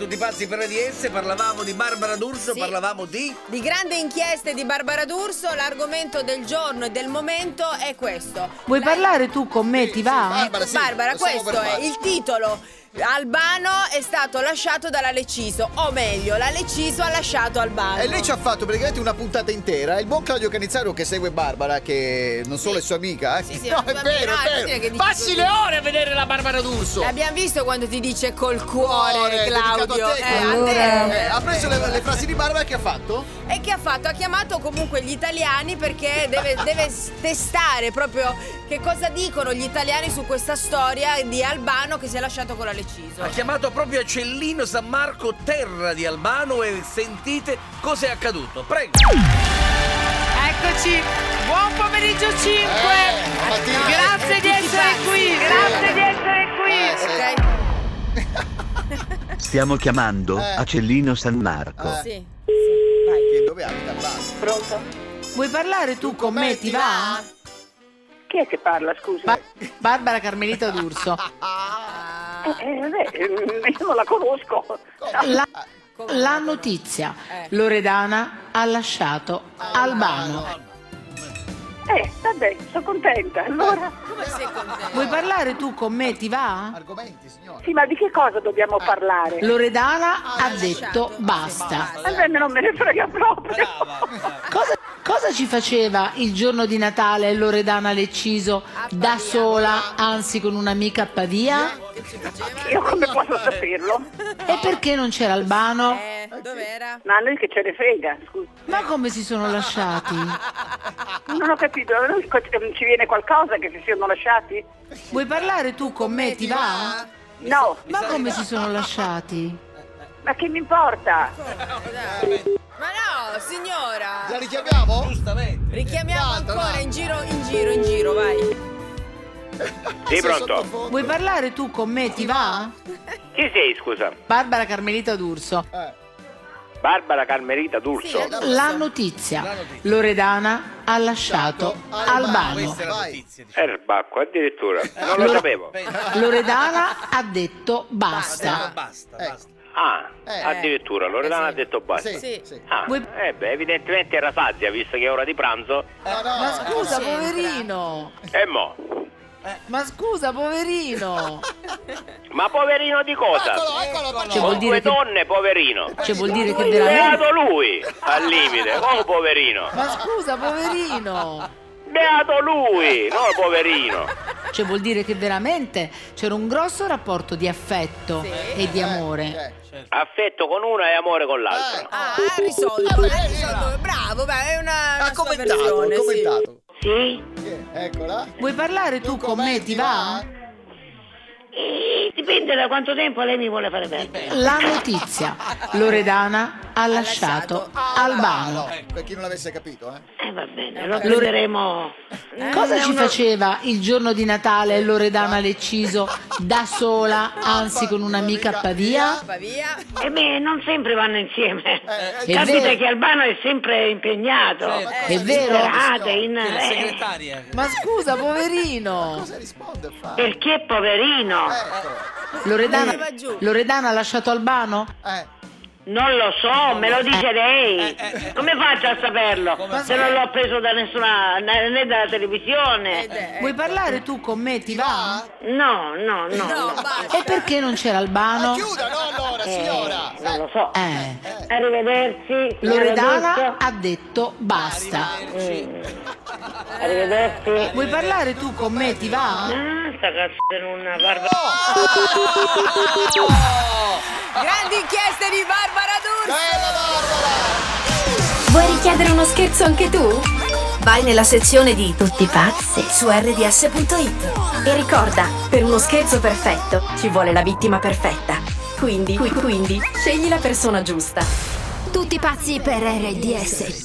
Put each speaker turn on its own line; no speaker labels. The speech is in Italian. Tutti pazzi per l'AIDS, parlavamo di Barbara D'Urso,
Sì.
parlavamo di...
Di grande inchieste di Barbara D'Urso, l'argomento del giorno e del momento è questo.
Vuoi
La-
parlare tu con me? Ti va?
Barbara, sì,
Barbara,
lo stiamo
questo
per
è
fare.
il titolo. Albano è stato lasciato dalla Leciso, o meglio, la Leciso ha lasciato Albano.
E lei ci ha fatto praticamente una puntata intera. Il buon Claudio Cannizzaro che segue Barbara, che non solo è sua amica, eh.
Sì, sì, è
no,
sua
è
amica,
vero,
no, è
è
inutile che
vero.
dici
Passi
così.
le ore a vedere la Barbara D'Urso.
L'abbiamo visto quando ti dice col
Cuore,
cuore,
dedicato
Claudio.
a te,
Eh,
Claudio.
a te.
Eh, ha preso le, le frasi di Barbara che ha fatto?
E che ha fatto? Ha chiamato comunque gli italiani perché deve, deve s- testare proprio che cosa dicono gli italiani su questa storia di Albano che si è lasciato con la Leciso.
Ah,
Ha chiamato proprio a Cellino San Marco, terra di Albano, e sentite cosa è accaduto. Prego!
Eccoci, buon pomeriggio 5.
Eh, mattina.
Grazie di
Tutti
essere
pazzi.
qui, grazie di essere
Eh,
qui.
sì.
Ok?
Stiamo chiamando
Eh.
a Cellino San Marco.
Eh.
Sì. sì, vai.
Che dove abita Barbara?
Eh.
Vuoi parlare tu con me? Ti va?
Chi è che parla, scusi?
Ba- Barbara Carmelita D'Urso.
Eh, vabbè, eh, io non la conosco.
La,
Come
la
dicono?
notizia.
Eh. Ah.
Loredana ha lasciato Albano.
Eh, vabbè, sono contenta. Allora,
Come sei contento?
Vuoi parlare tu con me? Ti va?
Argomenti, signora.
sì, ma di che cosa dobbiamo parlare?
Loredana ha
Eh. lasciato.
detto basta.
Vabbè, non me ne frega proprio.
Brava! brava.
Cosa, cosa ci faceva il giorno di Natale Loredana Lecciso da
Pavia. Eh.
sola, anzi con un'amica a Pavia?
Che ci faceva?
Io come posso saperlo?
E perché non c'era Albano?
Eh, dov'era?
Ma a noi che ce ne frega, scusi.
Ma come si sono lasciati?
Non ho capito, a noi co- ci viene qualcosa che si siano lasciati?
Vuoi parlare tu con me? Ti va?
No,
Ma come si sono lasciati?
ma che mi importa?
Ma no,
La
signora!
richiamiamo?
Giustamente!
Richiamiamo
Un'altra,
ancora
un'altra.
in giro, in giro, in giro, vai.
Sì,
pronto.
Vuoi parlare tu con me? Ti va?
Chi sei, scusa?
Barbara Carmelita D'Urso.
Eh,
Barbara Carmelita D'Urso?
Sì,
La notizia. Loredana ha lasciato Albano.
Questa è la
Vai.
notizia. diciamo.
Erbacco, addirittura. Non lo
Eh, Allora-
sapevo.
Beh,
Loredana ha detto basta.
Basta,
Ecco.
basta.
Ah,
Eh.
addirittura.
Eh,
Loredana ha
sì.
detto basta.
sì,
Sì.
sì.
Ah,
Vuoi-
eh beh, evidentemente era saggia, visto che è ora di pranzo.
No, no,
Ma scusa,
c'entra?
poverino.
E mo?
Ma scusa, poverino.
Ma poverino di cosa?
Eccolo, eccolo, eccolo.
Cioè,
Con
vuol
due
dire che-
donne, poverino.
Cioè vuol dire che veramente...
Beato lui, al limite. Oh, poverino.
Ma scusa, poverino.
Beato lui, no, poverino.
Cioè vuol dire che veramente c'era un grosso rapporto di affetto
Sì.
e di amore.
Eh, eh.
Affetto con una e amore con l'altra.
Ah, ha risolto, ha
eh,
risolto. Bravo, beh, è una, una
Ha
sua
commentato, ha
versione, sì.
commentato.
Sì?
Sì, Eccola. Ah,
Vuoi parlare tu con me? Ti va?
Dipende da quanto tempo lei mi vuole fare perdere.
La notizia. Loredana ha lasciato Albano.
Albano, per chi non l'avesse capito, eh.
Eh, va bene, lo
prenderemo. Cosa ci faceva il giorno di Natale Loredana Lecciso da sola, anzi con un'amica a Pavia?
Va via.
E beh, non sempre vanno insieme.
Eh,
È vero,
Albano è sempre impegnato.
Certo.
è vero.
Che
eh,
Eh.
la segretaria...
Ma scusa, poverino.
Cosa risponde? Fa?
Perché poverino?
Ecco.
Loredana,
Arriva giù.
Loredana ha lasciato Albano?
Eh.
Non lo so, me lo dice lei.
eh, eh.
Come faccio a saperlo?
Come
Se non l'ho preso da nessuna, né né dalla televisione.
Eh.
Ed è-
Eh, Vuoi parlare tu con me? Ti ecco. va?
No, no,
No,
no. no.
basta.
E perché non c'era
Ma
Albano?
chiuda, Ah, no allora,
Eh,
signora.
non
Eh,
lo so.
Eh.
Arrivederci.
Loredana
Loredana.
ha detto basta.
Mm. Arrivederci.
Vuoi parlare tu con me? Ti va?
Ah, sta cazzo in una
Oh!
barba.
Grandi inchieste di Barbara D'Urso.
Bella Barbara!
Vuoi richiedere uno scherzo anche tu? Vai nella sezione di Tutti pazzi su rds.it e ricorda, per uno scherzo perfetto ci vuole la vittima perfetta. Quindi, qui- quindi, scegli la persona giusta. Tutti pazzi per RDS.